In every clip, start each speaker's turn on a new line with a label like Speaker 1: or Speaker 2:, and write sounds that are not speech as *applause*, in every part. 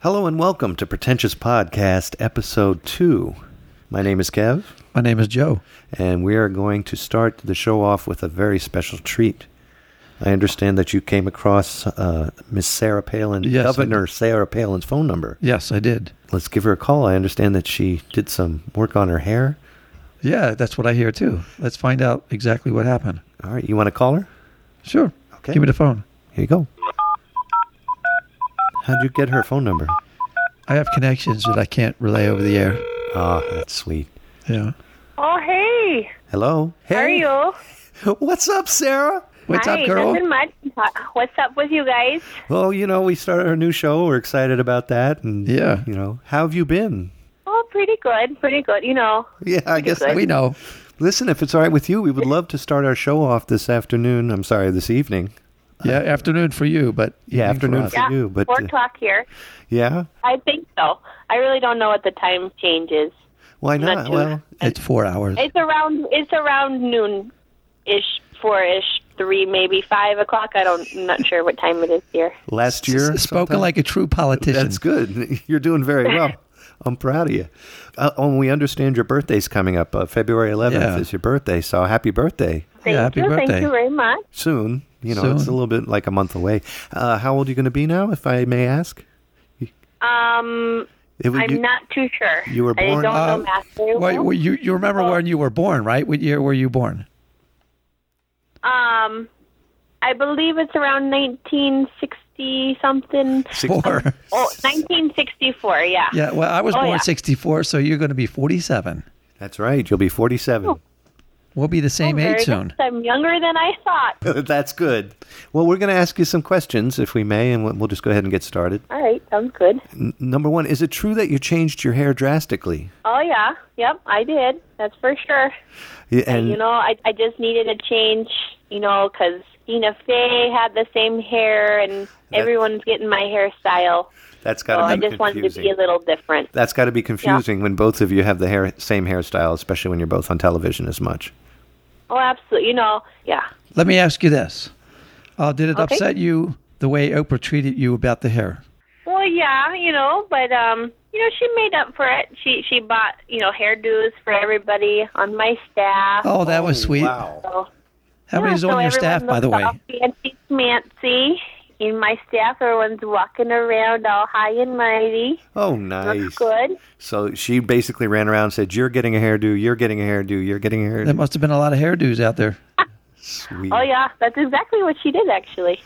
Speaker 1: Hello and welcome to Pretentious Podcast, Episode 2. My name is Kev,
Speaker 2: My name is Joe.
Speaker 1: and we are going to start the show off with a very special treat. I understand that you came across uh, Miss Sarah Palin,
Speaker 2: Yes, I
Speaker 1: Governor Sarah Palin's phone number.
Speaker 2: Yes, I did.
Speaker 1: Let's give her a call. I understand that she did some work on her hair.
Speaker 2: Yeah, that's what I hear too. Let's find out exactly what happened.
Speaker 1: All right, you want to call her?
Speaker 2: Sure.
Speaker 1: Okay.
Speaker 2: Give me the phone.
Speaker 1: Here you go. How'd you get her phone number?
Speaker 2: I have connections that I can't relay over the air.
Speaker 1: Ah, that's sweet.
Speaker 2: Yeah.
Speaker 3: Oh, hey.
Speaker 1: Hello. Hey.
Speaker 3: How are you?
Speaker 1: What's up, Sarah?
Speaker 2: What's
Speaker 3: Hi,
Speaker 2: up, girl?
Speaker 3: Nothing much. What's up with you guys?
Speaker 1: Well, you know, we started our new show. We're excited about that. And,
Speaker 2: Yeah.
Speaker 1: you know, how have you been?
Speaker 3: Oh, pretty good. Pretty good. You know,
Speaker 1: *laughs* Yeah, I guess.
Speaker 3: good.
Speaker 2: We know.
Speaker 1: Listen, if it's all right with you, we would love to start our show off this afternoon. I'm sorry, this evening.
Speaker 2: Yeah, afternoon for you, but
Speaker 1: Yeah,
Speaker 2: evening for
Speaker 1: afternoon
Speaker 2: us.
Speaker 1: for-
Speaker 3: yeah,
Speaker 1: you, but,
Speaker 3: four
Speaker 1: uh,
Speaker 3: o'clock here.
Speaker 1: Yeah?
Speaker 3: I think so. I really don't know what the time change is.
Speaker 1: Why
Speaker 3: Not
Speaker 1: not?
Speaker 3: sure.
Speaker 1: Well,
Speaker 2: It's four hours.
Speaker 3: It's around. It's around noon, ish, four ish, three, maybe five o'clock. I don't. I'm not sure what time it is here.
Speaker 1: last year.
Speaker 2: S- spoken
Speaker 1: sometime-
Speaker 2: like a true politician.
Speaker 1: That's good. *laughs* You're doing very
Speaker 2: *laughs*
Speaker 1: well. I'm proud of you. Uh, oh, and we understand your birthday's coming up. Uh, February 11th
Speaker 2: Yeah.
Speaker 1: is your birthday. So happy birthday
Speaker 3: Thank
Speaker 2: yeah, happy
Speaker 3: you.
Speaker 2: birthday.
Speaker 3: Thank you very much.
Speaker 1: soon. You know, it's a
Speaker 2: Soon.
Speaker 1: little bit like a month away. Uh, how old are you going to be now, if I may ask?
Speaker 3: Um,
Speaker 1: It was-
Speaker 3: I'm
Speaker 1: you-
Speaker 3: not too sure.
Speaker 1: you were born-
Speaker 3: I don't
Speaker 2: Uh,
Speaker 3: know math very well.
Speaker 2: Well, you, you remember when you were born, right? What year were you born?
Speaker 3: Um, I believe it's around 1960 something.
Speaker 2: Four.
Speaker 3: Oh, 1964, yeah.
Speaker 2: yeah, well, I was
Speaker 3: Oh,
Speaker 2: born
Speaker 3: yeah.
Speaker 2: 64, so you're going to be 47.
Speaker 1: That's right. You'll be 47.
Speaker 2: We'll be the
Speaker 3: Oh,
Speaker 2: same
Speaker 3: very
Speaker 2: age
Speaker 3: nice.
Speaker 2: soon.
Speaker 3: I'm younger than I thought.
Speaker 1: *laughs* That's good. Well, we're going to ask you some questions, if we may, and we'll- we'll just go ahead and get started.
Speaker 3: All right, sounds good.
Speaker 1: N- number one, is it true that you changed your hair drastically?
Speaker 3: Oh, yeah. Yep, I did. That's for sure.
Speaker 1: Y- And
Speaker 3: You know, I, I just needed a change, you know, because Tina Fey had the same hair and everyone's getting my hairstyle.
Speaker 1: that's got
Speaker 3: So
Speaker 1: to
Speaker 3: I
Speaker 1: be
Speaker 3: just
Speaker 1: confusing.
Speaker 3: wanted to be a little different.
Speaker 1: that's got to be confusing when both of you have the hair same hairstyle, especially when you're both on television as much.
Speaker 3: Oh, absolutely. You know, yeah.
Speaker 2: Let me ask you this. Uh, did it
Speaker 3: Okay.
Speaker 2: upset you the way Oprah treated you about the hair?
Speaker 3: Well, yeah, you know, but um, you know, she made up for it. She she bought you know hairdos for everybody on my staff.
Speaker 2: Oh, that was sweet.
Speaker 3: So,
Speaker 2: How many's
Speaker 3: yeah, so
Speaker 2: on your
Speaker 3: everyone
Speaker 2: staff, by the
Speaker 3: looks
Speaker 2: way?
Speaker 3: all Fancy schmancy in my staff. Everyone's walking around all high and mighty.
Speaker 1: Oh,
Speaker 3: Looks
Speaker 1: nice.
Speaker 3: good.
Speaker 1: So she basically ran around and said, "You're getting a hairdo. You're getting a hairdo. You're getting a
Speaker 2: There
Speaker 1: hairdo."
Speaker 2: must have been a lot of hairdos out there.
Speaker 1: Sweet.
Speaker 3: Oh yeah, that's exactly what she did actually.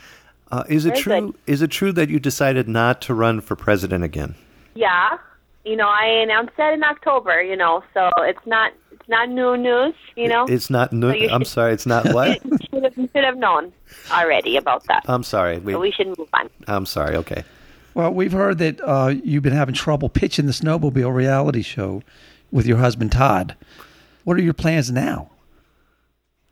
Speaker 1: Uh, is it
Speaker 3: Very
Speaker 1: true?
Speaker 3: good.
Speaker 1: Is it true that you decided not to run for president again?
Speaker 3: Yeah, you know, I announced that in October. You know, so it's not it's not new news. You know,
Speaker 1: It's not. No,
Speaker 3: you
Speaker 1: I'm
Speaker 3: should-
Speaker 1: sorry. It's not
Speaker 3: *laughs*
Speaker 1: what.
Speaker 3: you should have you should have known already about that.
Speaker 2: Um,
Speaker 1: I'm sorry. We,
Speaker 3: So we should move on.
Speaker 1: I'm sorry. Okay.
Speaker 2: Well, we've heard that uh, you've been having trouble pitching the snowmobile reality show with your husband Todd. What are your plans now?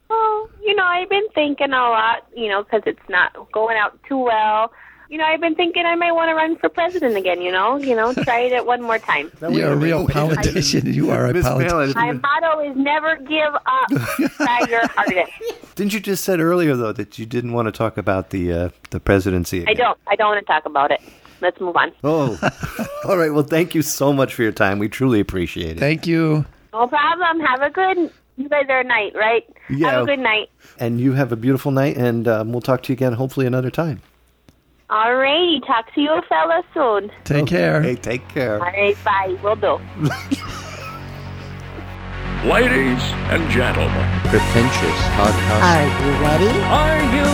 Speaker 3: Well, you know, I've been thinking a lot, you know, 'cause it's not going out too well. You know, I've been thinking I might want to run for president again. You know, you know, try it one more time.
Speaker 2: You're
Speaker 1: *laughs*
Speaker 2: a real politician. You are a
Speaker 1: Miss
Speaker 2: politician.
Speaker 3: My
Speaker 1: Palin,
Speaker 3: motto is never give up. try your hardest.
Speaker 1: didn't you just said earlier though that you didn't want to talk about the uh, the presidency?
Speaker 3: I
Speaker 1: Again?
Speaker 3: don't. I don't want to talk about it. Let's move on.
Speaker 1: Oh, *laughs* all right. Well, thank you so much for your time. We truly appreciate it.
Speaker 2: Thank you.
Speaker 3: No problem. Have a good. You guys are night, right?
Speaker 1: Yeah.
Speaker 3: Have a good night.
Speaker 1: and you have a beautiful night, and um, we'll talk to you again hopefully another time.
Speaker 3: All righty. Talk to you fellas soon.
Speaker 2: Take care.
Speaker 1: Hey, take care.
Speaker 3: All right. Bye. We'll do.
Speaker 4: Ladies and gentlemen,
Speaker 5: Pretentious podcast.
Speaker 6: Are you ready?
Speaker 4: are you,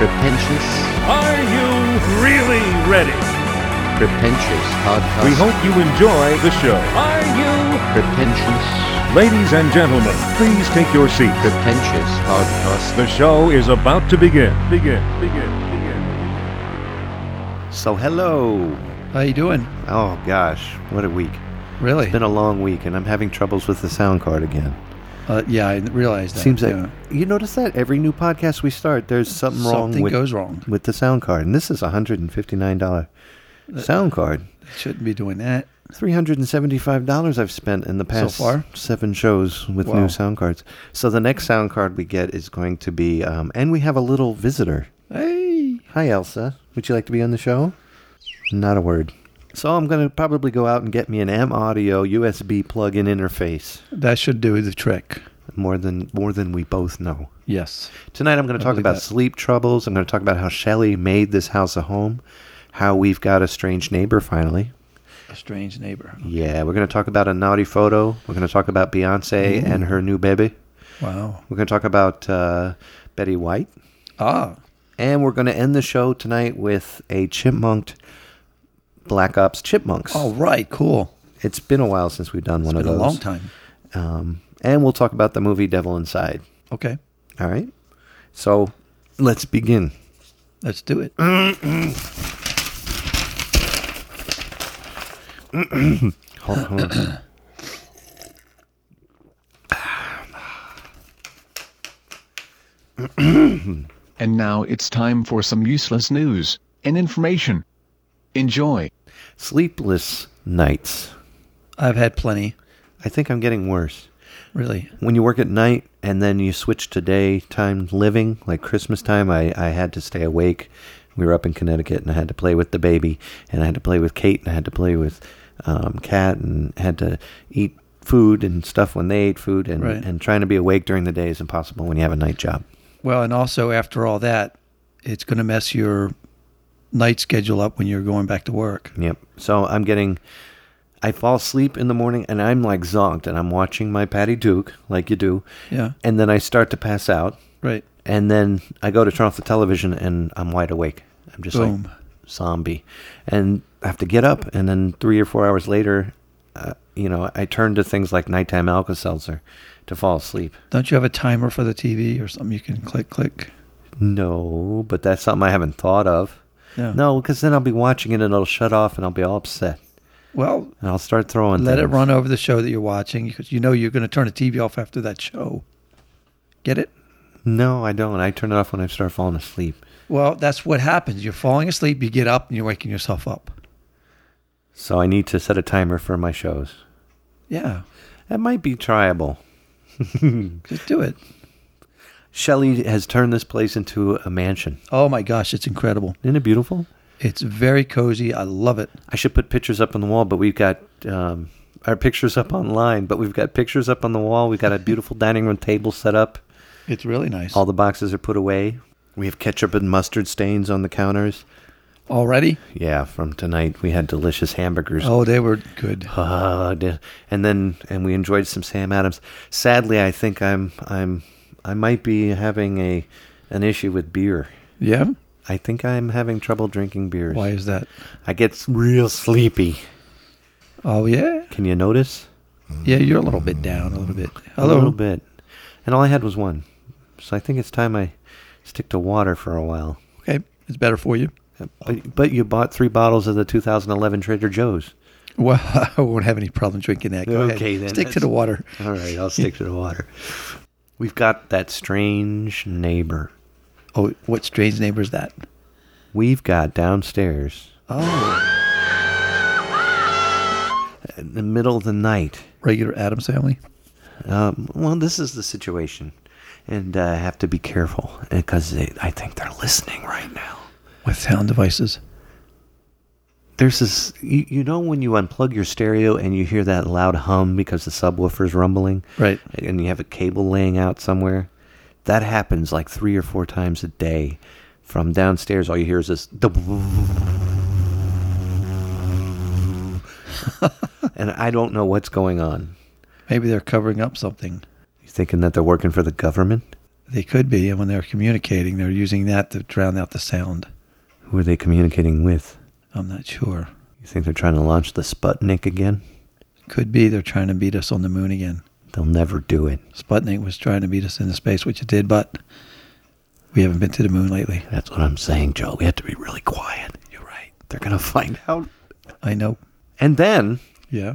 Speaker 5: Pretentious.
Speaker 4: are you really ready?
Speaker 5: Pretentious podcast.
Speaker 7: We hope you enjoy the show.
Speaker 4: Are you,
Speaker 5: pretentious.
Speaker 7: Ladies and gentlemen, please take your seats.
Speaker 5: Pretentious podcast.
Speaker 7: The show is about to begin. Begin, begin, begin.
Speaker 1: So, hello.
Speaker 2: How you doing?
Speaker 1: Oh gosh, what a week!
Speaker 2: Really?
Speaker 1: It's been a long week, and I'm having troubles with the sound card again.
Speaker 2: Uh, yeah, I realized that.
Speaker 1: Seems like
Speaker 2: yeah.
Speaker 1: you notice that every new podcast we start, there's something wrong.
Speaker 2: Something
Speaker 1: with,
Speaker 2: goes wrong.
Speaker 1: with the sound card, and this is a hundred and fifty nine dollar
Speaker 2: Uh,
Speaker 1: sound card.
Speaker 2: shouldn't be doing that.
Speaker 1: Three hundred and seventy-five dollars I've spent in the past
Speaker 2: far?
Speaker 1: seven shows with
Speaker 2: Wow.
Speaker 1: new sound cards. So the next sound card we get is going to be, um, and we have a little visitor.
Speaker 2: Hey.
Speaker 1: Hi, Elsa. Would you like to be on the show? Not a word. So I'm going to probably go out and get me an M Audio USB plug-in interface.
Speaker 2: That should do the trick.
Speaker 1: More than more than we both know.
Speaker 2: Yes.
Speaker 1: Tonight I'm going to talk
Speaker 2: believe
Speaker 1: about
Speaker 2: that.
Speaker 1: sleep troubles. I'm going to talk about how Shelley made this house a home, how we've got a strange neighbor finally.
Speaker 2: A strange neighbor.
Speaker 1: Yeah, we're going to talk about a naughty photo. We're going to talk about Beyonce and her new baby.
Speaker 2: Wow.
Speaker 1: We're going to talk about uh, Betty White.
Speaker 2: Ah.
Speaker 1: And we're going to end the show tonight with a chipmunked Black Ops Chipmunks.
Speaker 2: All right. Cool.
Speaker 1: It's been a while since we've done one
Speaker 2: Oh. Been
Speaker 1: of
Speaker 2: a
Speaker 1: those.
Speaker 2: long time.
Speaker 1: Um, and we'll talk about the movie Devil Inside.
Speaker 2: Okay.
Speaker 1: All right. So let's begin.
Speaker 2: Let's do it.
Speaker 1: Hold
Speaker 2: *coughs*
Speaker 1: on.
Speaker 6: And now it's time for some useless news and information. Enjoy.
Speaker 1: Sleepless nights.
Speaker 2: I've had plenty.
Speaker 1: I think I'm getting worse.
Speaker 2: Really.
Speaker 1: when you work at night and then you switch to daytime living, like Christmas time, I, I had to stay awake. We were up in Connecticut and I had to play with the baby and I had to play with Kate and I had to play with um, Kat and had to eat food and stuff when they ate food and,
Speaker 2: Right.
Speaker 1: and trying to be awake during the day is impossible when you have a night job.
Speaker 2: Well, and also after all that, it's going to mess your night schedule up when you're going back to work.
Speaker 1: Yep. So I'm getting, I fall asleep in the morning and I'm like zonked and I'm watching my Patty Duke like you do.
Speaker 2: Yeah.
Speaker 1: And then I start to pass out.
Speaker 2: Right.
Speaker 1: and then I go to turn off the television and I'm wide awake. I'm just
Speaker 2: Boom.
Speaker 1: like zombie, and I have to get up. And then three or four hours later, uh, you know, I turn to things like nighttime Alka Seltzer to fall asleep.
Speaker 2: Don't you have a timer for the TV or something you can click, click?
Speaker 1: No, but that's something I haven't thought of.
Speaker 2: Yeah.
Speaker 1: No, because then I'll be watching it and it'll shut off and I'll be all upset
Speaker 2: Well,
Speaker 1: and I'll start throwing.
Speaker 2: let it
Speaker 1: things.
Speaker 2: run over the show that you're watching because you know you're going to turn the TV off after that show. Get it?
Speaker 1: No, I don't. I turn it off when I start falling asleep.
Speaker 2: Well, that's what happens. You're falling asleep, you get up, and you're waking yourself up.
Speaker 1: So I need to set a timer for my shows.
Speaker 2: Yeah.
Speaker 1: That might be tryable.
Speaker 2: Just do it.
Speaker 1: Shelley has turned this place into a mansion.
Speaker 2: Oh my gosh, it's incredible.
Speaker 1: Isn't it beautiful?
Speaker 2: It's very cozy. I love it.
Speaker 1: I should put pictures up on the wall, but we've got um, our pictures up online. But we've got pictures up on the wall. We've got a *laughs* beautiful dining room table set up.
Speaker 2: It's really nice.
Speaker 1: All the boxes are put away. We have ketchup and mustard stains on the counters.
Speaker 2: Already?
Speaker 1: Yeah, from tonight we had delicious hamburgers.
Speaker 2: Oh, they were good.
Speaker 1: Ah, de- and then and we enjoyed some Sam Adams. Sadly, I think I'm I'm I might be having a an issue with beer.
Speaker 2: Yeah?
Speaker 1: I think I'm having trouble drinking beers.
Speaker 2: Why is that?
Speaker 1: I get s- real sleepy.
Speaker 2: Oh, yeah.
Speaker 1: Can you notice?
Speaker 2: Yeah, you're a little bit down, a little bit. Hello.
Speaker 1: A little bit. And all I had was one. So I think it's time I stick to water for a while.
Speaker 2: Okay. It's better for you.
Speaker 1: But, but you bought three bottles of the 2011 Trader Joe's.
Speaker 2: Well, *laughs* I won't have any problem drinking that. Go
Speaker 1: Okay,
Speaker 2: ahead.
Speaker 1: then.
Speaker 2: Stick to the water.
Speaker 1: All right, I'll stick to the water. We've got that strange neighbor.
Speaker 2: Oh, what strange neighbor is that?
Speaker 1: We've got downstairs
Speaker 2: Oh,
Speaker 1: in the middle of the night.
Speaker 2: regular Adams family.
Speaker 1: Um, well, this is the situation. And uh, I have to be careful because I think they're listening right now.
Speaker 2: With sound devices.
Speaker 1: There's this, you, you know, when you unplug your stereo and you hear that loud hum because the subwoofer's rumbling?
Speaker 2: Right.
Speaker 1: and you have a cable laying out somewhere, that happens like three or four times a day. From downstairs, all you hear is this. the- *laughs* and I don't know what's going on.
Speaker 2: Maybe they're covering up something.
Speaker 1: You thinking that they're working for the government?
Speaker 2: They could be, and when they're communicating, they're using that to drown out the sound.
Speaker 1: Who are they communicating with?
Speaker 2: I'm not sure.
Speaker 1: You think they're trying to launch the Sputnik again?
Speaker 2: Could be they're trying to beat us on the moon again.
Speaker 1: They'll never do it.
Speaker 2: Sputnik was trying to beat us into space, which it did, but we haven't been to the moon lately.
Speaker 1: That's what I'm saying, Joe. We have to be really quiet. You're right. They're going to find out.
Speaker 2: I know.
Speaker 1: And then
Speaker 2: Yeah.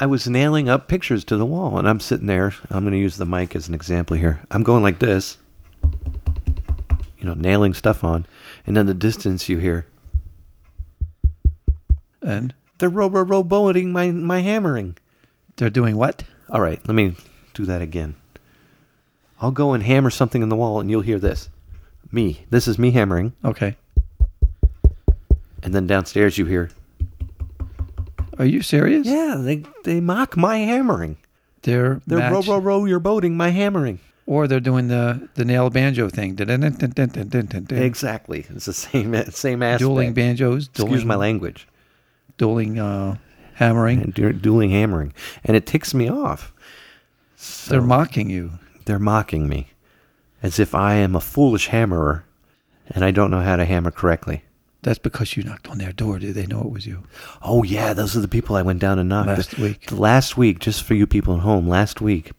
Speaker 1: I was nailing up pictures to the wall, and I'm sitting there. I'm going to use the mic as an example here. I'm going like this, you know, nailing stuff on, and in the distance you hear
Speaker 2: And
Speaker 1: they're ro ro rowboating my my hammering.
Speaker 2: they're doing what?
Speaker 1: All right, let me do that again. I'll go and hammer something in the wall, and you'll hear this. Me, this is me hammering,
Speaker 2: Okay.
Speaker 1: and then downstairs you hear
Speaker 2: Are you serious?
Speaker 1: Yeah, they they mock my hammering.
Speaker 2: They're,
Speaker 1: They're
Speaker 2: match-
Speaker 1: row row row. You're boating my hammering.
Speaker 2: or they're doing the the nail banjo thing. Exactly.
Speaker 1: Exactly. It's the same same aspect.
Speaker 2: Dueling banjos, dueling,
Speaker 1: Excuse my language.
Speaker 2: dueling uh, hammering.
Speaker 1: And du- dueling hammering, and it ticks me off.
Speaker 2: They're mocking you.
Speaker 1: They're mocking me, as if I am a foolish hammerer, and I don't know how to hammer correctly.
Speaker 2: That's because you knocked on their door. Did they know it was you?
Speaker 1: Oh yeah, those are the people I went down and knocked
Speaker 2: Last
Speaker 1: The-
Speaker 2: week.
Speaker 1: the Last week, just for you people at home, last week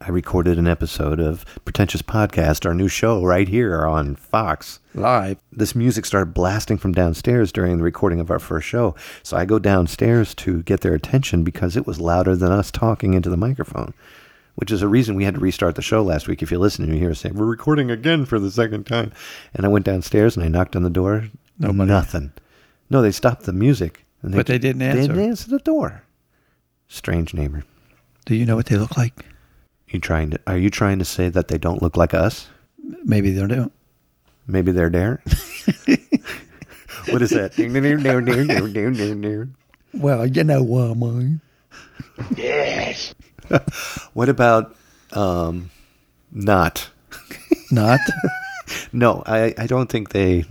Speaker 1: I recorded an episode of Pretentious Podcast, our new show right here on Fox.
Speaker 2: Live.
Speaker 1: This music started blasting from downstairs during the recording of our first show, so I go downstairs to get their attention because it was louder than us talking into the microphone. Which is a reason we had to restart the show last week. If you listen, you hear us say, We're recording again for the second time. And I went downstairs and I knocked on the door.
Speaker 2: Nobody.
Speaker 1: Nothing. No, they stopped the music. And
Speaker 2: But they didn't
Speaker 1: They didn't
Speaker 2: answer.
Speaker 1: answer the door. Strange neighbor.
Speaker 2: Do you know what they look like?
Speaker 1: You trying to? Are you trying to say that they don't look like us?
Speaker 2: Maybe they don't.
Speaker 1: Maybe they're
Speaker 2: *laughs*
Speaker 1: there. what is that? Ding, ding, ding, ding, ding, ding, ding, ding, ding.
Speaker 2: Well, you know what I mean.
Speaker 1: what about um, not?
Speaker 2: *laughs* Not.
Speaker 1: No, I, I don't think they.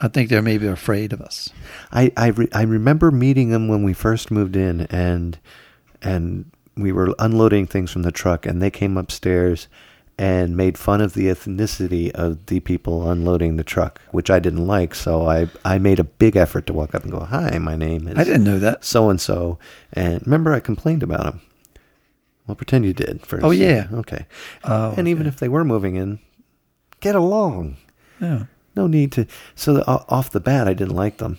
Speaker 2: I think they're maybe afraid of us.
Speaker 1: I I, re, I remember meeting them when we first moved in, and and we were unloading things from the truck, and they came upstairs and made fun of the ethnicity of the people unloading the truck, which I didn't like. So I I made a big effort to walk up and go, "Hi, my name is."
Speaker 2: I didn't know that.
Speaker 1: so and so. And remember, I complained about him. Well, pretend you did first.
Speaker 2: Oh, yeah.
Speaker 1: Okay.
Speaker 2: Oh,
Speaker 1: and even if they were moving in, get along.
Speaker 2: Yeah.
Speaker 1: No need to. So the, o- off the bat, I didn't like them.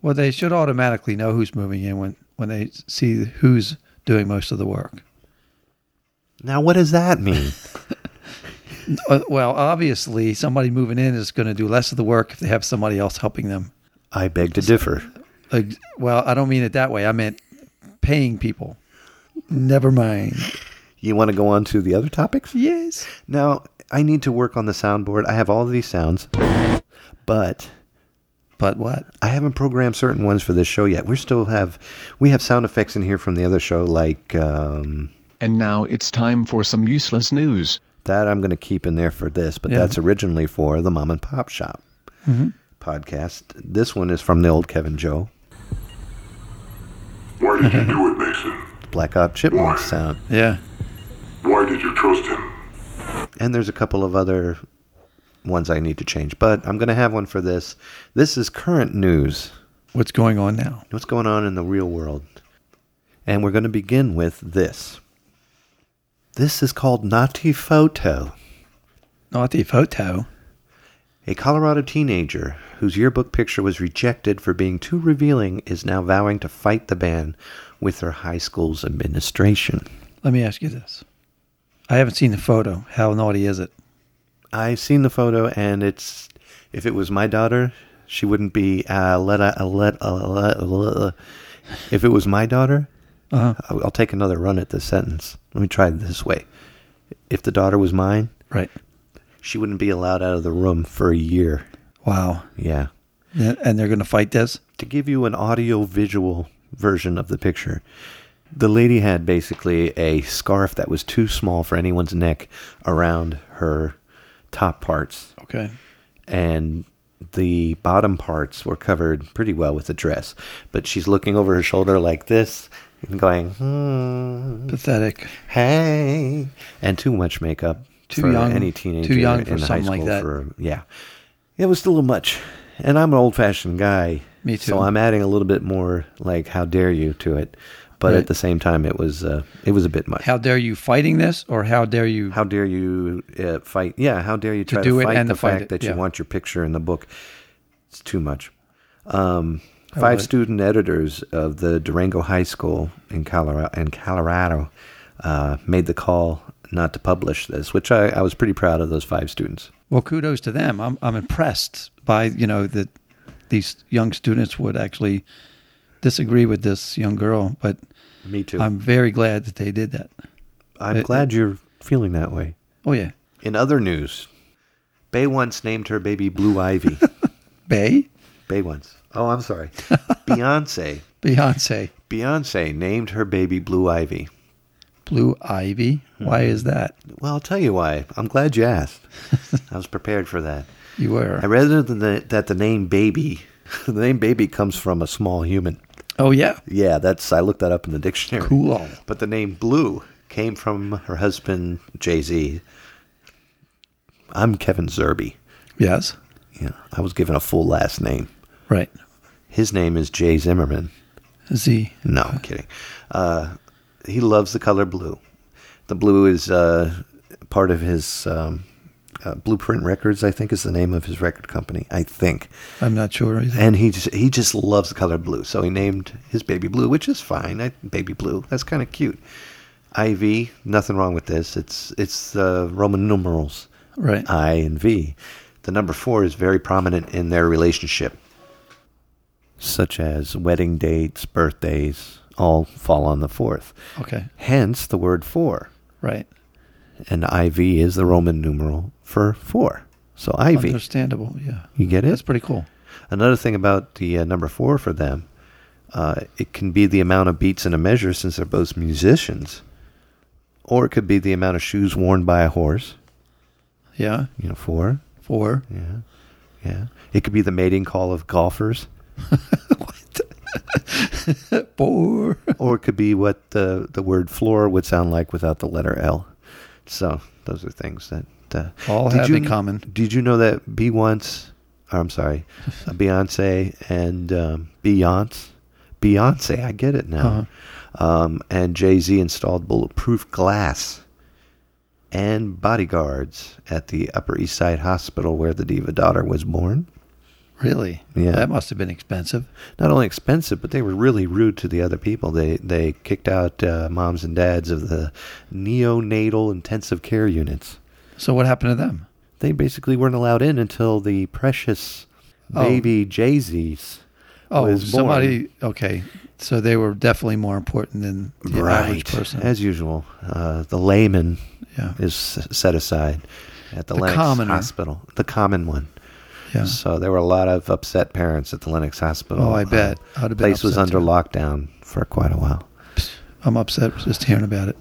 Speaker 2: Well, they should automatically know who's moving in when, when they see who's doing most of the work.
Speaker 1: Now, what does that mean?
Speaker 2: *laughs* Uh, well, obviously, somebody moving in is going to do less of the work if they have somebody else helping them.
Speaker 1: I beg to differ.
Speaker 2: Ex- well, I don't mean it that way. I meant paying people. Never mind.
Speaker 1: You want to go on to the other topics?
Speaker 2: Yes.
Speaker 1: Now, I need to work on the soundboard. I have all of these sounds, but
Speaker 2: But what?
Speaker 1: I haven't programmed certain ones for this show yet. We still have, we have sound effects in here from the other show, like um,
Speaker 6: And now it's time for some useless news.
Speaker 1: That I'm going to keep in there for this, but
Speaker 2: Yeah.
Speaker 1: that's originally for the Mom and Pop Shop podcast. This one is from the old Kevin Joe,
Speaker 8: Why did you do it, Mason?
Speaker 1: Black Op Chipmunk sound.
Speaker 2: Yeah.
Speaker 8: Why did you trust him?
Speaker 1: And there's a couple of other ones I need to change, but I'm going to have one for this. This is current news.
Speaker 2: What's going on now?
Speaker 1: What's going on in the real world? And we're going to begin with this. This is called Naughty Photo.
Speaker 2: Naughty photo.
Speaker 1: A Colorado teenager whose yearbook picture was rejected for being too revealing is now vowing to fight the ban with her high school's administration.
Speaker 2: Let me ask you this. I haven't seen the photo. How naughty is it?
Speaker 1: I've seen the photo, and it's if it was my daughter, she wouldn't be uh, let uh, let uh, let. Uh, if it was my daughter,
Speaker 2: Uh-huh.
Speaker 1: I'll, I'll take another run at this sentence. Let me try it this way: If the daughter was mine,
Speaker 2: Right.
Speaker 1: she wouldn't be allowed out of the room for a year.
Speaker 2: Wow.
Speaker 1: Yeah.
Speaker 2: Yeah, And they're going to fight this?
Speaker 1: to give you an audio visual version of the picture, the lady had basically a scarf that was too small for anyone's neck around her top parts,
Speaker 2: Okay.
Speaker 1: and the bottom parts were covered pretty well with a dress. But she's looking over her shoulder like this and going, hmm,
Speaker 2: Pathetic.
Speaker 1: "Hey," and too much makeup
Speaker 2: Too
Speaker 1: for
Speaker 2: young-
Speaker 1: any teenager
Speaker 2: too young for
Speaker 1: in high
Speaker 2: something like
Speaker 1: school
Speaker 2: that.
Speaker 1: For, yeah, it was a little much. And I'm an old-fashioned guy,
Speaker 2: Me too.
Speaker 1: so I'm adding a little bit more like "How dare you" to it, but
Speaker 2: Right.
Speaker 1: at the same time, it was uh, it was a bit much. How,
Speaker 2: How dare you fighting this or how dare you?
Speaker 1: dare you uh, fight? Yeah, how dare you try to,
Speaker 2: do it
Speaker 1: fight
Speaker 2: and
Speaker 1: the
Speaker 2: to fight
Speaker 1: fact
Speaker 2: it,
Speaker 1: that
Speaker 2: yeah.
Speaker 1: you want your picture in the book? It's too much. Um, five
Speaker 2: would.
Speaker 1: student editors of the Durango High School in Colorado, in Colorado uh, made the call not to publish this, which I, I was pretty proud of those five students.
Speaker 2: Well, kudos to them. I'm, I'm impressed by, you know, that these young students would actually disagree with this young girl, but
Speaker 1: Me too.
Speaker 2: I'm
Speaker 1: I'm,
Speaker 2: very glad that they did that. it-
Speaker 1: glad you're feeling that way.
Speaker 2: Oh, yeah.
Speaker 1: In other *laughs* news, Bay once named her baby Blue Ivy.
Speaker 2: Bay?
Speaker 1: Bay once. Oh, I'm sorry. *laughs* Beyonce.
Speaker 2: Beyonce,
Speaker 1: Beyonce named her baby Blue Ivy.
Speaker 2: Blue Ivy. Why is that?
Speaker 1: Well, I'll tell you why. I'm glad you asked. I was prepared for that.
Speaker 2: You
Speaker 1: I
Speaker 2: were.
Speaker 1: rather than the, that the name baby, *laughs* the name baby comes from a small human.
Speaker 2: Oh yeah.
Speaker 1: Yeah, that's I looked that up in the dictionary.
Speaker 2: Cool.
Speaker 1: But the name Blue came from her husband Jay Z. I'm Kevin Zerbe.
Speaker 2: Yes.
Speaker 1: Yeah, I was given a full last name.
Speaker 2: Right.
Speaker 1: His name is Jay Zimmerman.
Speaker 2: Z.
Speaker 1: No, I'm kidding. Uh, he loves the color blue. The blue is uh, part of his um, uh, Blueprint Records, I think, is the name of his record company. I think,
Speaker 2: I'm not sure. either.
Speaker 1: and he just he just loves the color blue, so he named his baby blue, which is fine. I, baby blue, that's kind of cute. IV, nothing wrong with this. It's it's uh, Roman numerals,
Speaker 2: Right.
Speaker 1: I and V. The number four is very prominent in their relationship, such as wedding dates, birthdays, all fall on the fourth.
Speaker 2: Okay.
Speaker 1: Hence the word four.
Speaker 2: Right.
Speaker 1: And IV is the Roman numeral for four. So IV.
Speaker 2: Understandable. Yeah.
Speaker 1: You get
Speaker 2: That's
Speaker 1: it?
Speaker 2: pretty cool.
Speaker 1: Another thing about the uh, number four for them, uh, it can be the amount of beats in a measure since they're both musicians, or it could be the amount of shoes worn by a horse.
Speaker 2: Yeah.
Speaker 1: You know, four.
Speaker 2: Four.
Speaker 1: Yeah. Yeah. It could be the mating call of golfers,
Speaker 2: Four.
Speaker 1: or it could be what the, the word floor would sound like without the letter L. So those are things that. Uh,
Speaker 2: All
Speaker 1: did
Speaker 2: have
Speaker 1: you,
Speaker 2: in common.
Speaker 1: Did you know that B once, or I'm
Speaker 2: *laughs*
Speaker 1: sorry, uh, Beyonce and um, Beyonce, Beyonce, I get it now,
Speaker 2: Uh-huh.
Speaker 1: um, and Jay Z installed bulletproof glass and bodyguards at the Upper East Side Hospital where the diva daughter was born.
Speaker 2: Really?
Speaker 1: Yeah.
Speaker 2: That must have been expensive.
Speaker 1: not only expensive, but they were really rude to the other people. They they kicked out uh, moms and dads of the neonatal intensive care units.
Speaker 2: So what happened to them?
Speaker 1: They basically weren't allowed in until the precious
Speaker 2: Oh.
Speaker 1: baby Jay Z's
Speaker 2: Oh,
Speaker 1: was born.
Speaker 2: somebody. Okay. So they were definitely more important than the average person.
Speaker 1: as usual. Uh, the layman
Speaker 2: yeah.
Speaker 1: is set aside at the,
Speaker 2: The
Speaker 1: Lenox
Speaker 2: commoner.
Speaker 1: Hospital, the common one.
Speaker 2: Yeah.
Speaker 1: So there were a lot of upset parents at the Lenox Hospital.
Speaker 2: Oh, I
Speaker 1: Uh,
Speaker 2: bet. I'd have been
Speaker 1: place was
Speaker 2: upset,
Speaker 1: under
Speaker 2: too.
Speaker 1: lockdown for quite a while.
Speaker 2: I'm upset just hearing about it.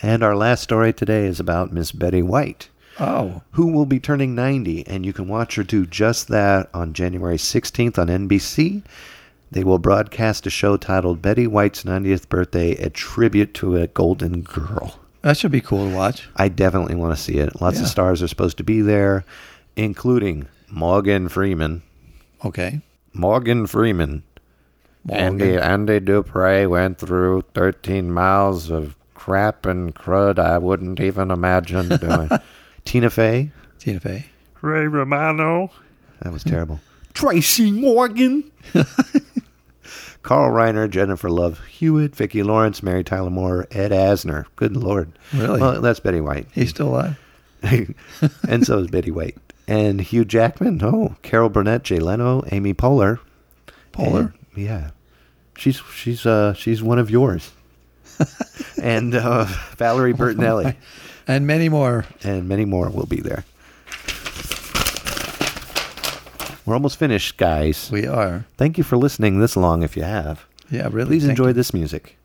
Speaker 1: And our last story today is about Miss Betty White,
Speaker 2: Oh,
Speaker 1: who will be turning 90, and you can watch her do just that on January 16th on NBC. They will broadcast a show titled Betty White's 90th Birthday, a tribute to a golden girl.
Speaker 2: that should be cool to watch.
Speaker 1: I definitely want to see it. Lots
Speaker 2: Yeah.
Speaker 1: of stars are supposed to be there, including Morgan Freeman.
Speaker 2: Okay.
Speaker 1: Morgan Freeman. Andy Andy Dupre went through 13 miles of crap and crud I wouldn't even imagine doing. Tina Fey,
Speaker 2: Tina Fey.
Speaker 7: Ray Romano.
Speaker 1: that was terrible. *laughs* Tracy Morgan. *laughs* Carl Reiner, Jennifer Love Hewitt, Vicki Lawrence, Mary Tyler Moore, Ed Asner. Good lord.
Speaker 2: Really?
Speaker 1: Well, that's Betty White. *laughs*
Speaker 2: He's still alive.
Speaker 1: and so is Betty White. And Hugh Jackman, oh, Carol Burnett, Jay Leno, Amy Poehler.
Speaker 2: Polar.
Speaker 1: And- yeah. She's she's uh she's one of *laughs* yours. and uh, Valerie Bertinelli
Speaker 2: And many more.
Speaker 1: and many more will be there. We're almost finished, guys.
Speaker 2: We are.
Speaker 1: Thank you for listening this long if you have.
Speaker 2: Yeah, really.
Speaker 1: Please
Speaker 2: thank
Speaker 1: enjoy
Speaker 2: you.
Speaker 1: this music.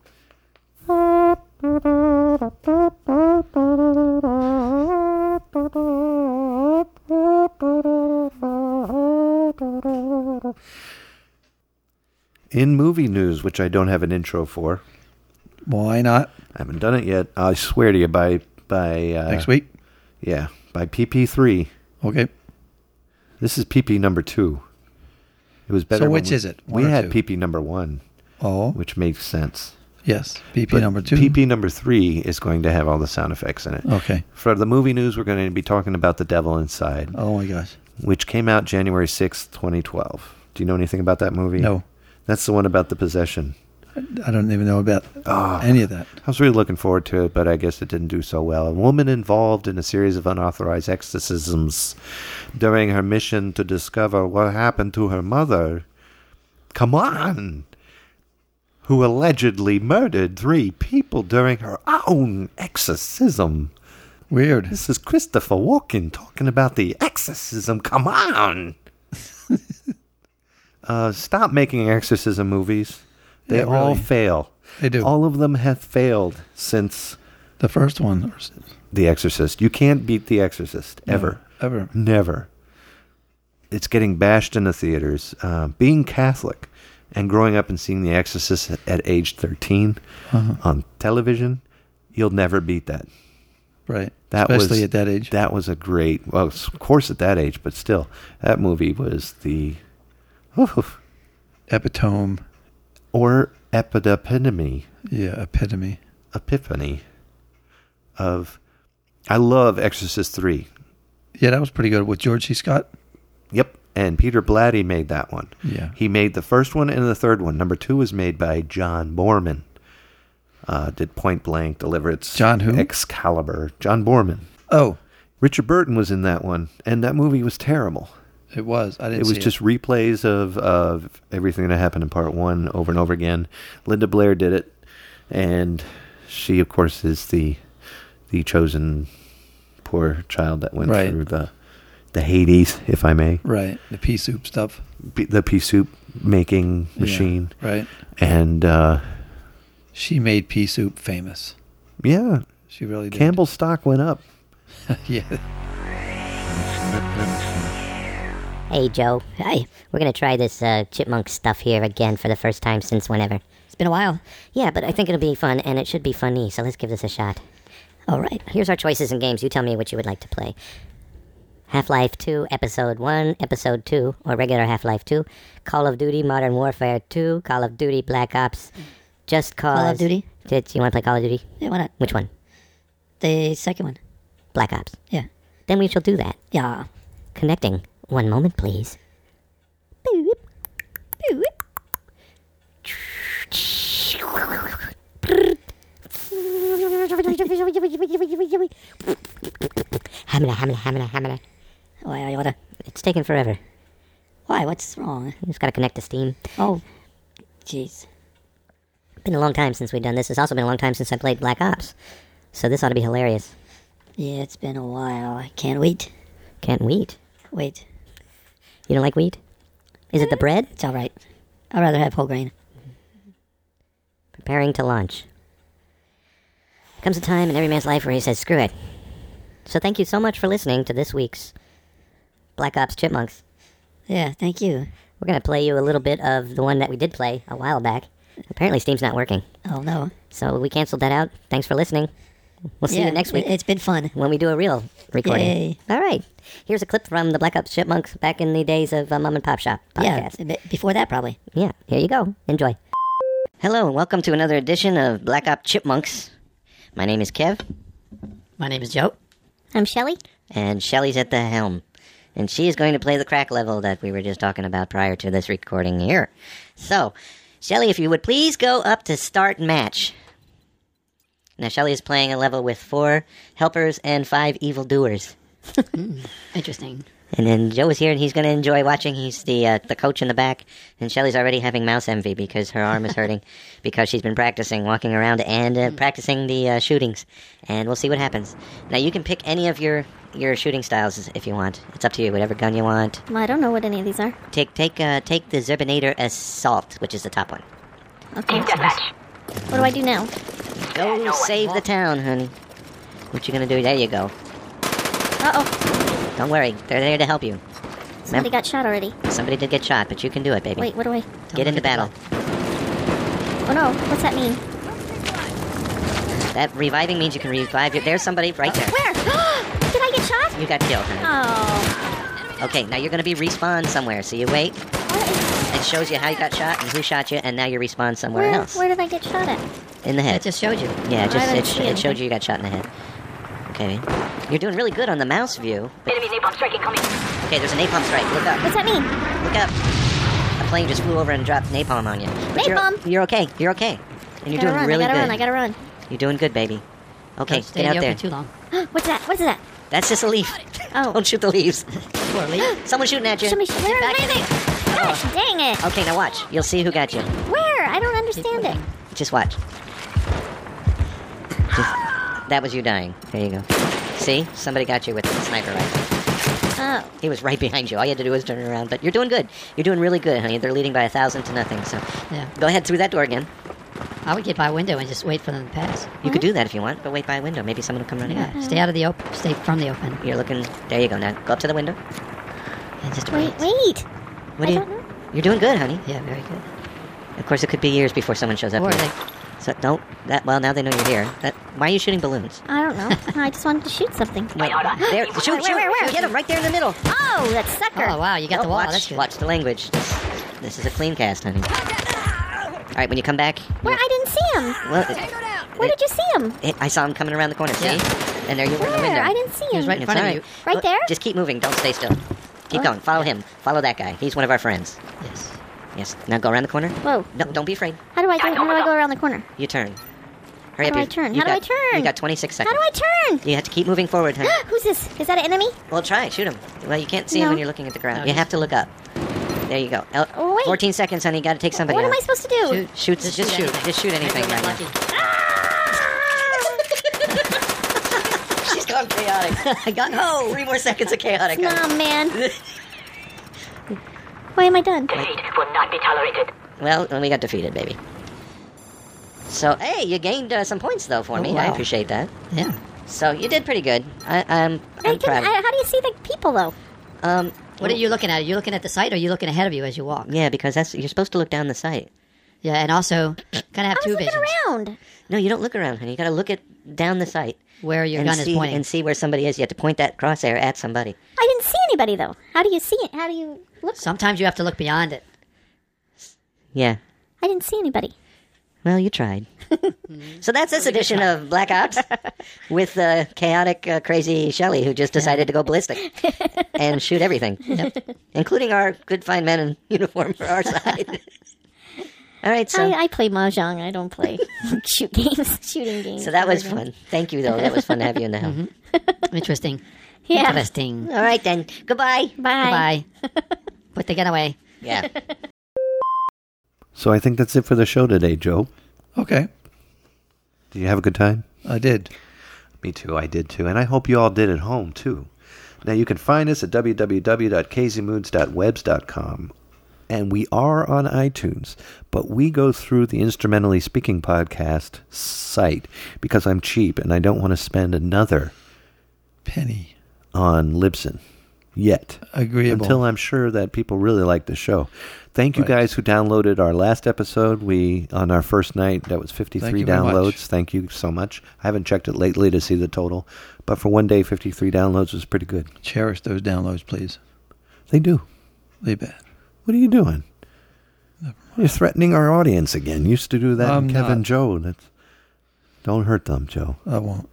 Speaker 1: In movie news, which I don't have an intro for,
Speaker 2: Why not?
Speaker 1: I haven't done it yet. I swear to you, by by uh,
Speaker 2: Next week.
Speaker 1: yeah, by PP three.
Speaker 2: Okay.
Speaker 1: This is PP number two. It was better.
Speaker 2: So
Speaker 1: when
Speaker 2: which
Speaker 1: we-
Speaker 2: is it? One
Speaker 1: We
Speaker 2: or
Speaker 1: had
Speaker 2: two?
Speaker 1: PP number one,
Speaker 2: Oh,
Speaker 1: which makes sense.
Speaker 2: yes. PP
Speaker 1: But
Speaker 2: number two. Oh.
Speaker 1: PP number three is going to have all the sound effects in it.
Speaker 2: Okay.
Speaker 1: For the movie news, we're going to be talking about The Devil Inside,
Speaker 2: Oh my gosh.
Speaker 1: which came out January 6th, 2012. Do you know anything about that movie?
Speaker 2: No.
Speaker 1: That's the one about the possession.
Speaker 2: I don't even know about
Speaker 1: Ah.
Speaker 2: any of that.
Speaker 1: I was really looking forward to it, but I guess it didn't do so well. A woman involved in a series of unauthorized exorcisms during her mission to discover what happened to her mother. Come on! Who allegedly murdered three people during her own exorcism.
Speaker 2: Weird.
Speaker 1: This is Christopher
Speaker 2: *laughs*
Speaker 1: Walken talking about the exorcism. Come on! uh, stop making exorcism movies. They
Speaker 2: Yeah,
Speaker 1: all
Speaker 2: really.
Speaker 1: fail.
Speaker 2: They do.
Speaker 1: All of them have failed since
Speaker 2: The first one, or s-
Speaker 1: The Exorcist. You can't beat The Exorcist ever.
Speaker 2: ever.
Speaker 1: Never. It's getting bashed in the theaters. Uh, being Catholic and growing up and seeing The Exorcist at, at age 13
Speaker 2: Uh-huh.
Speaker 1: on television, you'll never beat that.
Speaker 2: Right.
Speaker 1: That
Speaker 2: Especially
Speaker 1: was,
Speaker 2: at that age.
Speaker 1: That was a great, well, of course at that age, but still, that movie was the, oof,
Speaker 2: Epitome.
Speaker 1: or epidepidemy,
Speaker 2: Yeah, epitome.
Speaker 1: epiphany of, I love Exorcist 3.
Speaker 2: Yeah, that was pretty good with George C. Scott.
Speaker 1: Yep. And Peter Blatty made that one.
Speaker 2: Yeah.
Speaker 1: He made the first one and the third one. Number two was made by John Borman. Uh, did Point Blank, Deliverance,
Speaker 2: John who?
Speaker 1: Excalibur, John Borman.
Speaker 2: Oh,
Speaker 1: Richard Burton was in that one, and that movie was terrible.
Speaker 2: it was. I didn't.
Speaker 1: It was
Speaker 2: see
Speaker 1: just replays of of everything that happened in part one over and over again. Linda Blair did it, and she, of course, is the the chosen poor child that went
Speaker 2: Right.
Speaker 1: through the the Hades, if I may,
Speaker 2: right. The pea soup stuff.
Speaker 1: P- the pea soup making
Speaker 2: Yeah,
Speaker 1: machine,
Speaker 2: right.
Speaker 1: and uh,
Speaker 2: She made pea soup famous.
Speaker 1: yeah,
Speaker 2: She really did.
Speaker 1: Campbell's stock went up.
Speaker 2: *laughs* yeah.
Speaker 9: Hey, Joe. Hey, we're gonna try this uh, chipmunk stuff here again for the first time since whenever. It's been a while. Yeah, but I think it'll be fun, and it should be funny, so let's give this a shot. All right. Here's our choices in games. You tell me what you would like to play. Half Life 2, Episode 1, Episode 2, or regular Half Life 2, Call of Duty Modern Warfare 2, Call of Duty Black Ops, Just Cause.
Speaker 10: Call of Duty?
Speaker 9: Did you want to play Call of Duty?
Speaker 10: Yeah, why not?
Speaker 9: Which one?
Speaker 10: The second one.
Speaker 9: Black Ops.
Speaker 10: Yeah.
Speaker 9: Then we shall do that.
Speaker 10: Yeah.
Speaker 9: Connecting. One moment, please. Boop. Boop. Hamina, hamina, hamina, hamina.
Speaker 10: Why are you order?
Speaker 9: It's taken forever.
Speaker 10: Why? What's wrong?
Speaker 9: You just gotta connect to Steam.
Speaker 10: Oh, jeez.
Speaker 9: Been a long time since we've done this. It's also been a long time since I played Black Ops. So this ought to be hilarious.
Speaker 10: Yeah, it's been a while. I can't wait.
Speaker 9: Can't wheat.
Speaker 10: Wait.
Speaker 9: You don't like wheat? Is it the bread?
Speaker 10: It's all right. I'd rather have whole grain.
Speaker 9: preparing to launch. Comes a time in every man's life where he says, screw it. So thank you so much for listening to this week's Black Ops Chipmunks.
Speaker 10: Yeah, thank you.
Speaker 9: We're going to play you a little bit of the one that we did play a while back. Apparently, Steam's not working.
Speaker 10: Oh, no.
Speaker 9: So we canceled that out. Thanks for listening. We'll see
Speaker 10: yeah,
Speaker 9: you next week
Speaker 10: it- It's been fun.
Speaker 9: when we do a real recording.
Speaker 10: Yay.
Speaker 9: All right. Here's a clip from the Black Ops Chipmunks back in the days of uh, Mom and Pop Shop
Speaker 10: Yeah,
Speaker 9: podcast.
Speaker 10: b- before that, probably.
Speaker 9: Yeah, here you go. Enjoy. Hello, and welcome to another edition of Black Op Chipmunks. My name is Kev,
Speaker 10: My name is Joe.
Speaker 9: I'm Shelly. And Shelly's at the helm. And she is going to play the crack level that we were just talking about prior to this recording here. So, Shelly, if you would please go up to start match. Now, Shelly is playing a level with four helpers and five evildoers.
Speaker 10: Interesting.
Speaker 9: And then Joe is here, and he's going to enjoy watching. He's the uh, the coach in the back, and Shelly's already having mouse envy because her arm is
Speaker 11: *laughs*
Speaker 9: hurting because she's been practicing walking around and
Speaker 11: Mm.
Speaker 9: uh, practicing the uh, shootings. And we'll see what happens. Now you can pick any of your your shooting styles if you want. It's up to you. Whatever gun you want.
Speaker 11: Well, I don't know what any of these are.
Speaker 9: Take take uh, take the Zerbinator Assault, which is the top one.
Speaker 11: Okay. What do I do now?
Speaker 9: Go save the town, honey. What you gonna do? There you go.
Speaker 11: Uh oh.
Speaker 9: Don't worry, they're there to help you.
Speaker 11: Somebody got shot already.
Speaker 9: Somebody did get shot, but you can do it, baby.
Speaker 11: Wait, what do I.
Speaker 9: Get into battle.
Speaker 11: Oh no. What's that mean?
Speaker 9: That reviving means you can revive your. There's somebody right there.
Speaker 11: Where? *gasps* Did I get shot?
Speaker 9: You got killed. honey.
Speaker 11: Oh.
Speaker 9: Okay, now you're gonna be respawned somewhere. So you wait.
Speaker 11: What is-
Speaker 9: It shows you how you got shot and who shot you, and now you respawn somewhere
Speaker 11: Where,
Speaker 9: else
Speaker 11: where did I get shot at?
Speaker 9: in the
Speaker 10: It
Speaker 9: head.
Speaker 10: just showed you.
Speaker 9: yeah, it
Speaker 11: I haven't
Speaker 9: just it,
Speaker 11: seen
Speaker 9: it showed you you got shot in the head. Okay, you're doing really good on the mouse view. But,
Speaker 11: Enemy napalm striking coming.
Speaker 9: okay, there's a napalm strike. Look up.
Speaker 11: What's that mean?
Speaker 9: Look up. A plane just flew over and dropped napalm on you. But you're-
Speaker 11: Napalm!
Speaker 9: You're, okay. You're okay. And you're
Speaker 11: gotta
Speaker 9: doing
Speaker 11: run,
Speaker 9: really
Speaker 11: I gotta
Speaker 9: good.
Speaker 11: run, I gotta run.
Speaker 9: You're doing good, baby. Okay,
Speaker 10: stay
Speaker 9: get out
Speaker 10: in the
Speaker 9: there.
Speaker 10: open too long.
Speaker 11: *gasps* What's that? What's that?
Speaker 9: That's just a leaf. *laughs*
Speaker 11: Oh.
Speaker 9: Don't shoot the leaves.
Speaker 10: Poor
Speaker 11: *gasps*
Speaker 10: Lee.
Speaker 9: Someone's shooting at you.
Speaker 11: Somebody shot. Where are they? Gosh dang it.
Speaker 9: Okay, now watch. You'll see who got you.
Speaker 12: Um,
Speaker 11: Where? I don't understand it.
Speaker 9: Just watch. Just- that was you dying. There you go. See? Somebody got you with the sniper rifle.
Speaker 11: Oh. Oh.
Speaker 9: He was right behind you. All you had to do was turn around. But you're doing good. You're doing really good, honey. They're leading by a thousand to nothing. So
Speaker 12: Yeah.
Speaker 9: go ahead through that door again.
Speaker 12: I would get by a window and just wait for them to pass.
Speaker 9: You
Speaker 11: Mm-hmm. Uh-huh.
Speaker 9: could do that if you want, but wait by a window. Maybe someone will come running
Speaker 12: Yeah,
Speaker 9: out.
Speaker 12: stay out of the open. Stay from the open.
Speaker 9: You're looking. There you go. Now go up to the window.
Speaker 12: And just
Speaker 11: Wait, wait.
Speaker 9: What do
Speaker 11: I
Speaker 9: you?
Speaker 11: don't know.
Speaker 9: You're doing good, honey.
Speaker 12: Yeah, very good.
Speaker 9: Of course, it could be years before someone shows up.
Speaker 11: Or
Speaker 9: here.
Speaker 11: they-
Speaker 9: So don't. That well, now they know you're here. That why are you shooting balloons?
Speaker 11: I don't know.
Speaker 12: *laughs*
Speaker 11: I just wanted to shoot something. *gasps* Wait,
Speaker 9: there- shoot,
Speaker 11: where,
Speaker 9: shoot,
Speaker 11: where, where?
Speaker 9: shoot him right there in the middle.
Speaker 11: Oh, that sucker.
Speaker 12: Oh, wow, you got
Speaker 9: Oh,
Speaker 12: the wall.
Speaker 9: Watch,
Speaker 12: That's good.
Speaker 9: watch the language. This, this is a clean cast, honey. All right, when you come back,
Speaker 11: Where? I didn't see him.
Speaker 9: Well, it-
Speaker 11: Where
Speaker 9: it-
Speaker 11: did you see him?
Speaker 9: it- I saw him coming around the corner. See? And there you were in the
Speaker 11: Where?
Speaker 9: window.
Speaker 11: I didn't see He was him. right in
Speaker 9: It's
Speaker 11: front of
Speaker 9: all
Speaker 11: you. Right
Speaker 9: Look,
Speaker 11: there?
Speaker 9: Just keep moving. Don't stay still. Keep going. Follow him. Follow that guy. He's one of our friends.
Speaker 12: Yes.
Speaker 9: Yes. Now go around the corner.
Speaker 11: Whoa.
Speaker 9: No, don't be afraid.
Speaker 11: How do I go? How do I go around the corner?
Speaker 9: You turn. Hurry
Speaker 11: How
Speaker 9: up.
Speaker 11: do I
Speaker 9: you-
Speaker 11: turn?
Speaker 9: you
Speaker 11: How do I
Speaker 9: got-
Speaker 11: turn?
Speaker 9: You got 26
Speaker 11: How
Speaker 9: seconds.
Speaker 11: do I
Speaker 9: You have to keep moving forward, honey.
Speaker 11: turn? *gasps* Who's this? Is that an enemy?
Speaker 9: Well, try. it. Shoot him. Well, you can't see
Speaker 11: No.
Speaker 9: him when you're looking at the ground.
Speaker 11: No,
Speaker 9: you
Speaker 11: just-
Speaker 9: have to look up. There you go. El- 14 seconds, honey. You got to take somebody
Speaker 11: Oh, what
Speaker 9: out.
Speaker 11: am I supposed to do?
Speaker 9: Shoot. Shoot. Just, shoot. Just shoot anything right now.
Speaker 11: Ah!
Speaker 9: She's gone chaotic. *laughs* I got no. Three more seconds of chaotic.
Speaker 11: Nah, man. Why am I done?
Speaker 9: will not be tolerated. *laughs* Well, we got defeated, baby. So, hey, you gained uh, some points though for
Speaker 11: Oh,
Speaker 9: me. I
Speaker 11: wow.
Speaker 9: appreciate that.
Speaker 12: Yeah.
Speaker 9: So you did pretty good. I, I'm
Speaker 11: I
Speaker 9: I'm
Speaker 11: can,
Speaker 9: proud.
Speaker 11: I, how do you see the people though?
Speaker 9: Um,
Speaker 12: What are you looking at? Are you looking at the site or are you looking ahead of you as you walk?
Speaker 9: Yeah, because that's you're supposed to look down the sight.
Speaker 12: Yeah, and also kind of have
Speaker 11: I was
Speaker 12: two
Speaker 11: looking
Speaker 12: visions.
Speaker 11: around.
Speaker 9: No, you don't look around, honey. You got to look at down the sight.
Speaker 12: Where your
Speaker 9: and
Speaker 12: gun is
Speaker 9: see,
Speaker 12: pointing.
Speaker 9: and see where somebody is. You have to point that crosshair at somebody.
Speaker 11: I didn't see anybody though. How do you see it? How do you look?
Speaker 12: Sometimes you have to look beyond it.
Speaker 9: Yeah.
Speaker 11: I didn't see anybody.
Speaker 9: Well, you
Speaker 12: *laughs*
Speaker 9: tried.
Speaker 12: Mm-hmm.
Speaker 9: so that's this edition of Black Ops with uh, chaotic, uh, crazy Shelley, who just decided to
Speaker 12: *laughs*
Speaker 9: go ballistic and shoot everything, including our good fine men in
Speaker 12: *laughs*
Speaker 9: uniform for our side. *laughs* All right, so
Speaker 11: I, I play mahjong. I
Speaker 9: *laughs*
Speaker 11: don't play *laughs* shoot games, shooting games.
Speaker 9: so that was
Speaker 11: Mahjong.
Speaker 9: fun. Thank you, though. That was fun to have you in the house.
Speaker 12: *laughs* Interesting.
Speaker 11: Yeah.
Speaker 12: Interesting.
Speaker 9: All right, then. Goodbye.
Speaker 12: Bye. Put the gun away.
Speaker 9: Yeah.
Speaker 1: So I think that's it for the show today, Joe.
Speaker 2: Okay.
Speaker 1: Did you have a good time?
Speaker 2: I did.
Speaker 1: Me too. I did too. And I hope you all did at home too. Now you can find us at www.kzmoods.webs.com. And we are on iTunes, but we go through the Instrumentally Speaking podcast site because I'm cheap and I don't want to spend another
Speaker 2: penny
Speaker 1: on Libsyn yet.
Speaker 2: Agreeable.
Speaker 1: Until I'm sure that people really like the show. Thank you guys who downloaded our last episode. We on our first night that was 53
Speaker 2: Thank you very much.
Speaker 1: downloads. Thank you so much. I haven't checked it lately to see the total, but for one day 53 downloads was pretty good.
Speaker 2: Cherish those downloads, please.
Speaker 1: They do.
Speaker 2: They bet.
Speaker 1: What are you doing? You're threatening our audience again. You used to do that
Speaker 2: I'm
Speaker 1: in Kevin
Speaker 2: not.
Speaker 1: Joe. That's Don't hurt them, Joe.
Speaker 2: I won't.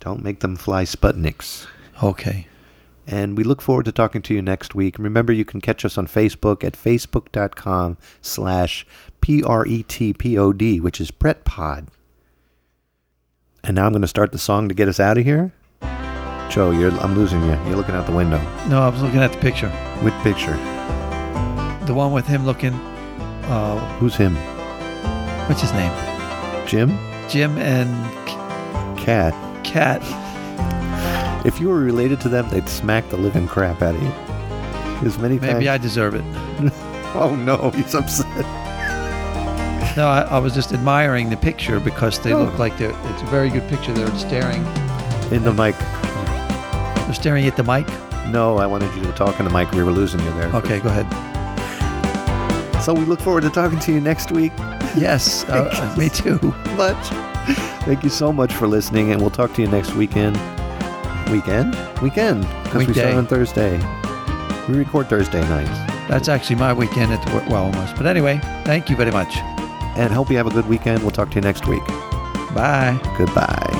Speaker 1: Don't make them fly Sputniks.
Speaker 2: Okay.
Speaker 1: And we look forward to talking to you next week. Remember, you can catch us on Facebook at facebook.com slash E P-R-E-T-P-O-D, which is Pret Pod. And now I'm going to start the song to get us out of here. Joe, you're, I'm losing you. You're looking out the window.
Speaker 2: No, I was looking at the picture.
Speaker 1: Which picture?
Speaker 2: The one with him looking. Uh,
Speaker 1: Who's him?
Speaker 2: what's his name?
Speaker 1: Jim?
Speaker 2: Jim and
Speaker 1: Cat.
Speaker 2: Cat.
Speaker 1: If you were related to them, they'd smack the living crap out of you. As many
Speaker 2: Maybe I
Speaker 1: times.
Speaker 2: deserve it.
Speaker 1: *laughs* oh no, he's upset.
Speaker 2: No, I, I was just admiring the picture because they
Speaker 1: Oh.
Speaker 2: look like they're. It's a very good picture. They're staring.
Speaker 1: In the mic.
Speaker 2: They're staring at the mic.
Speaker 1: No, I wanted you to talk in the mic. We were losing you there.
Speaker 2: Okay, go
Speaker 1: *laughs*
Speaker 2: ahead.
Speaker 1: So we look forward to talking to you next week.
Speaker 2: Yes, uh, me too.
Speaker 1: much. Thank you so much for listening, and we'll talk to you next weekend. Weekend? Weekend. Because we
Speaker 2: Weekday.
Speaker 1: start on Thursday. We record Thursday nights.
Speaker 2: That's actually my weekend at the work. Well, almost. But anyway, thank you very much.
Speaker 1: And hope you have a good weekend. We'll talk to you next week.
Speaker 2: Bye.
Speaker 1: Goodbye.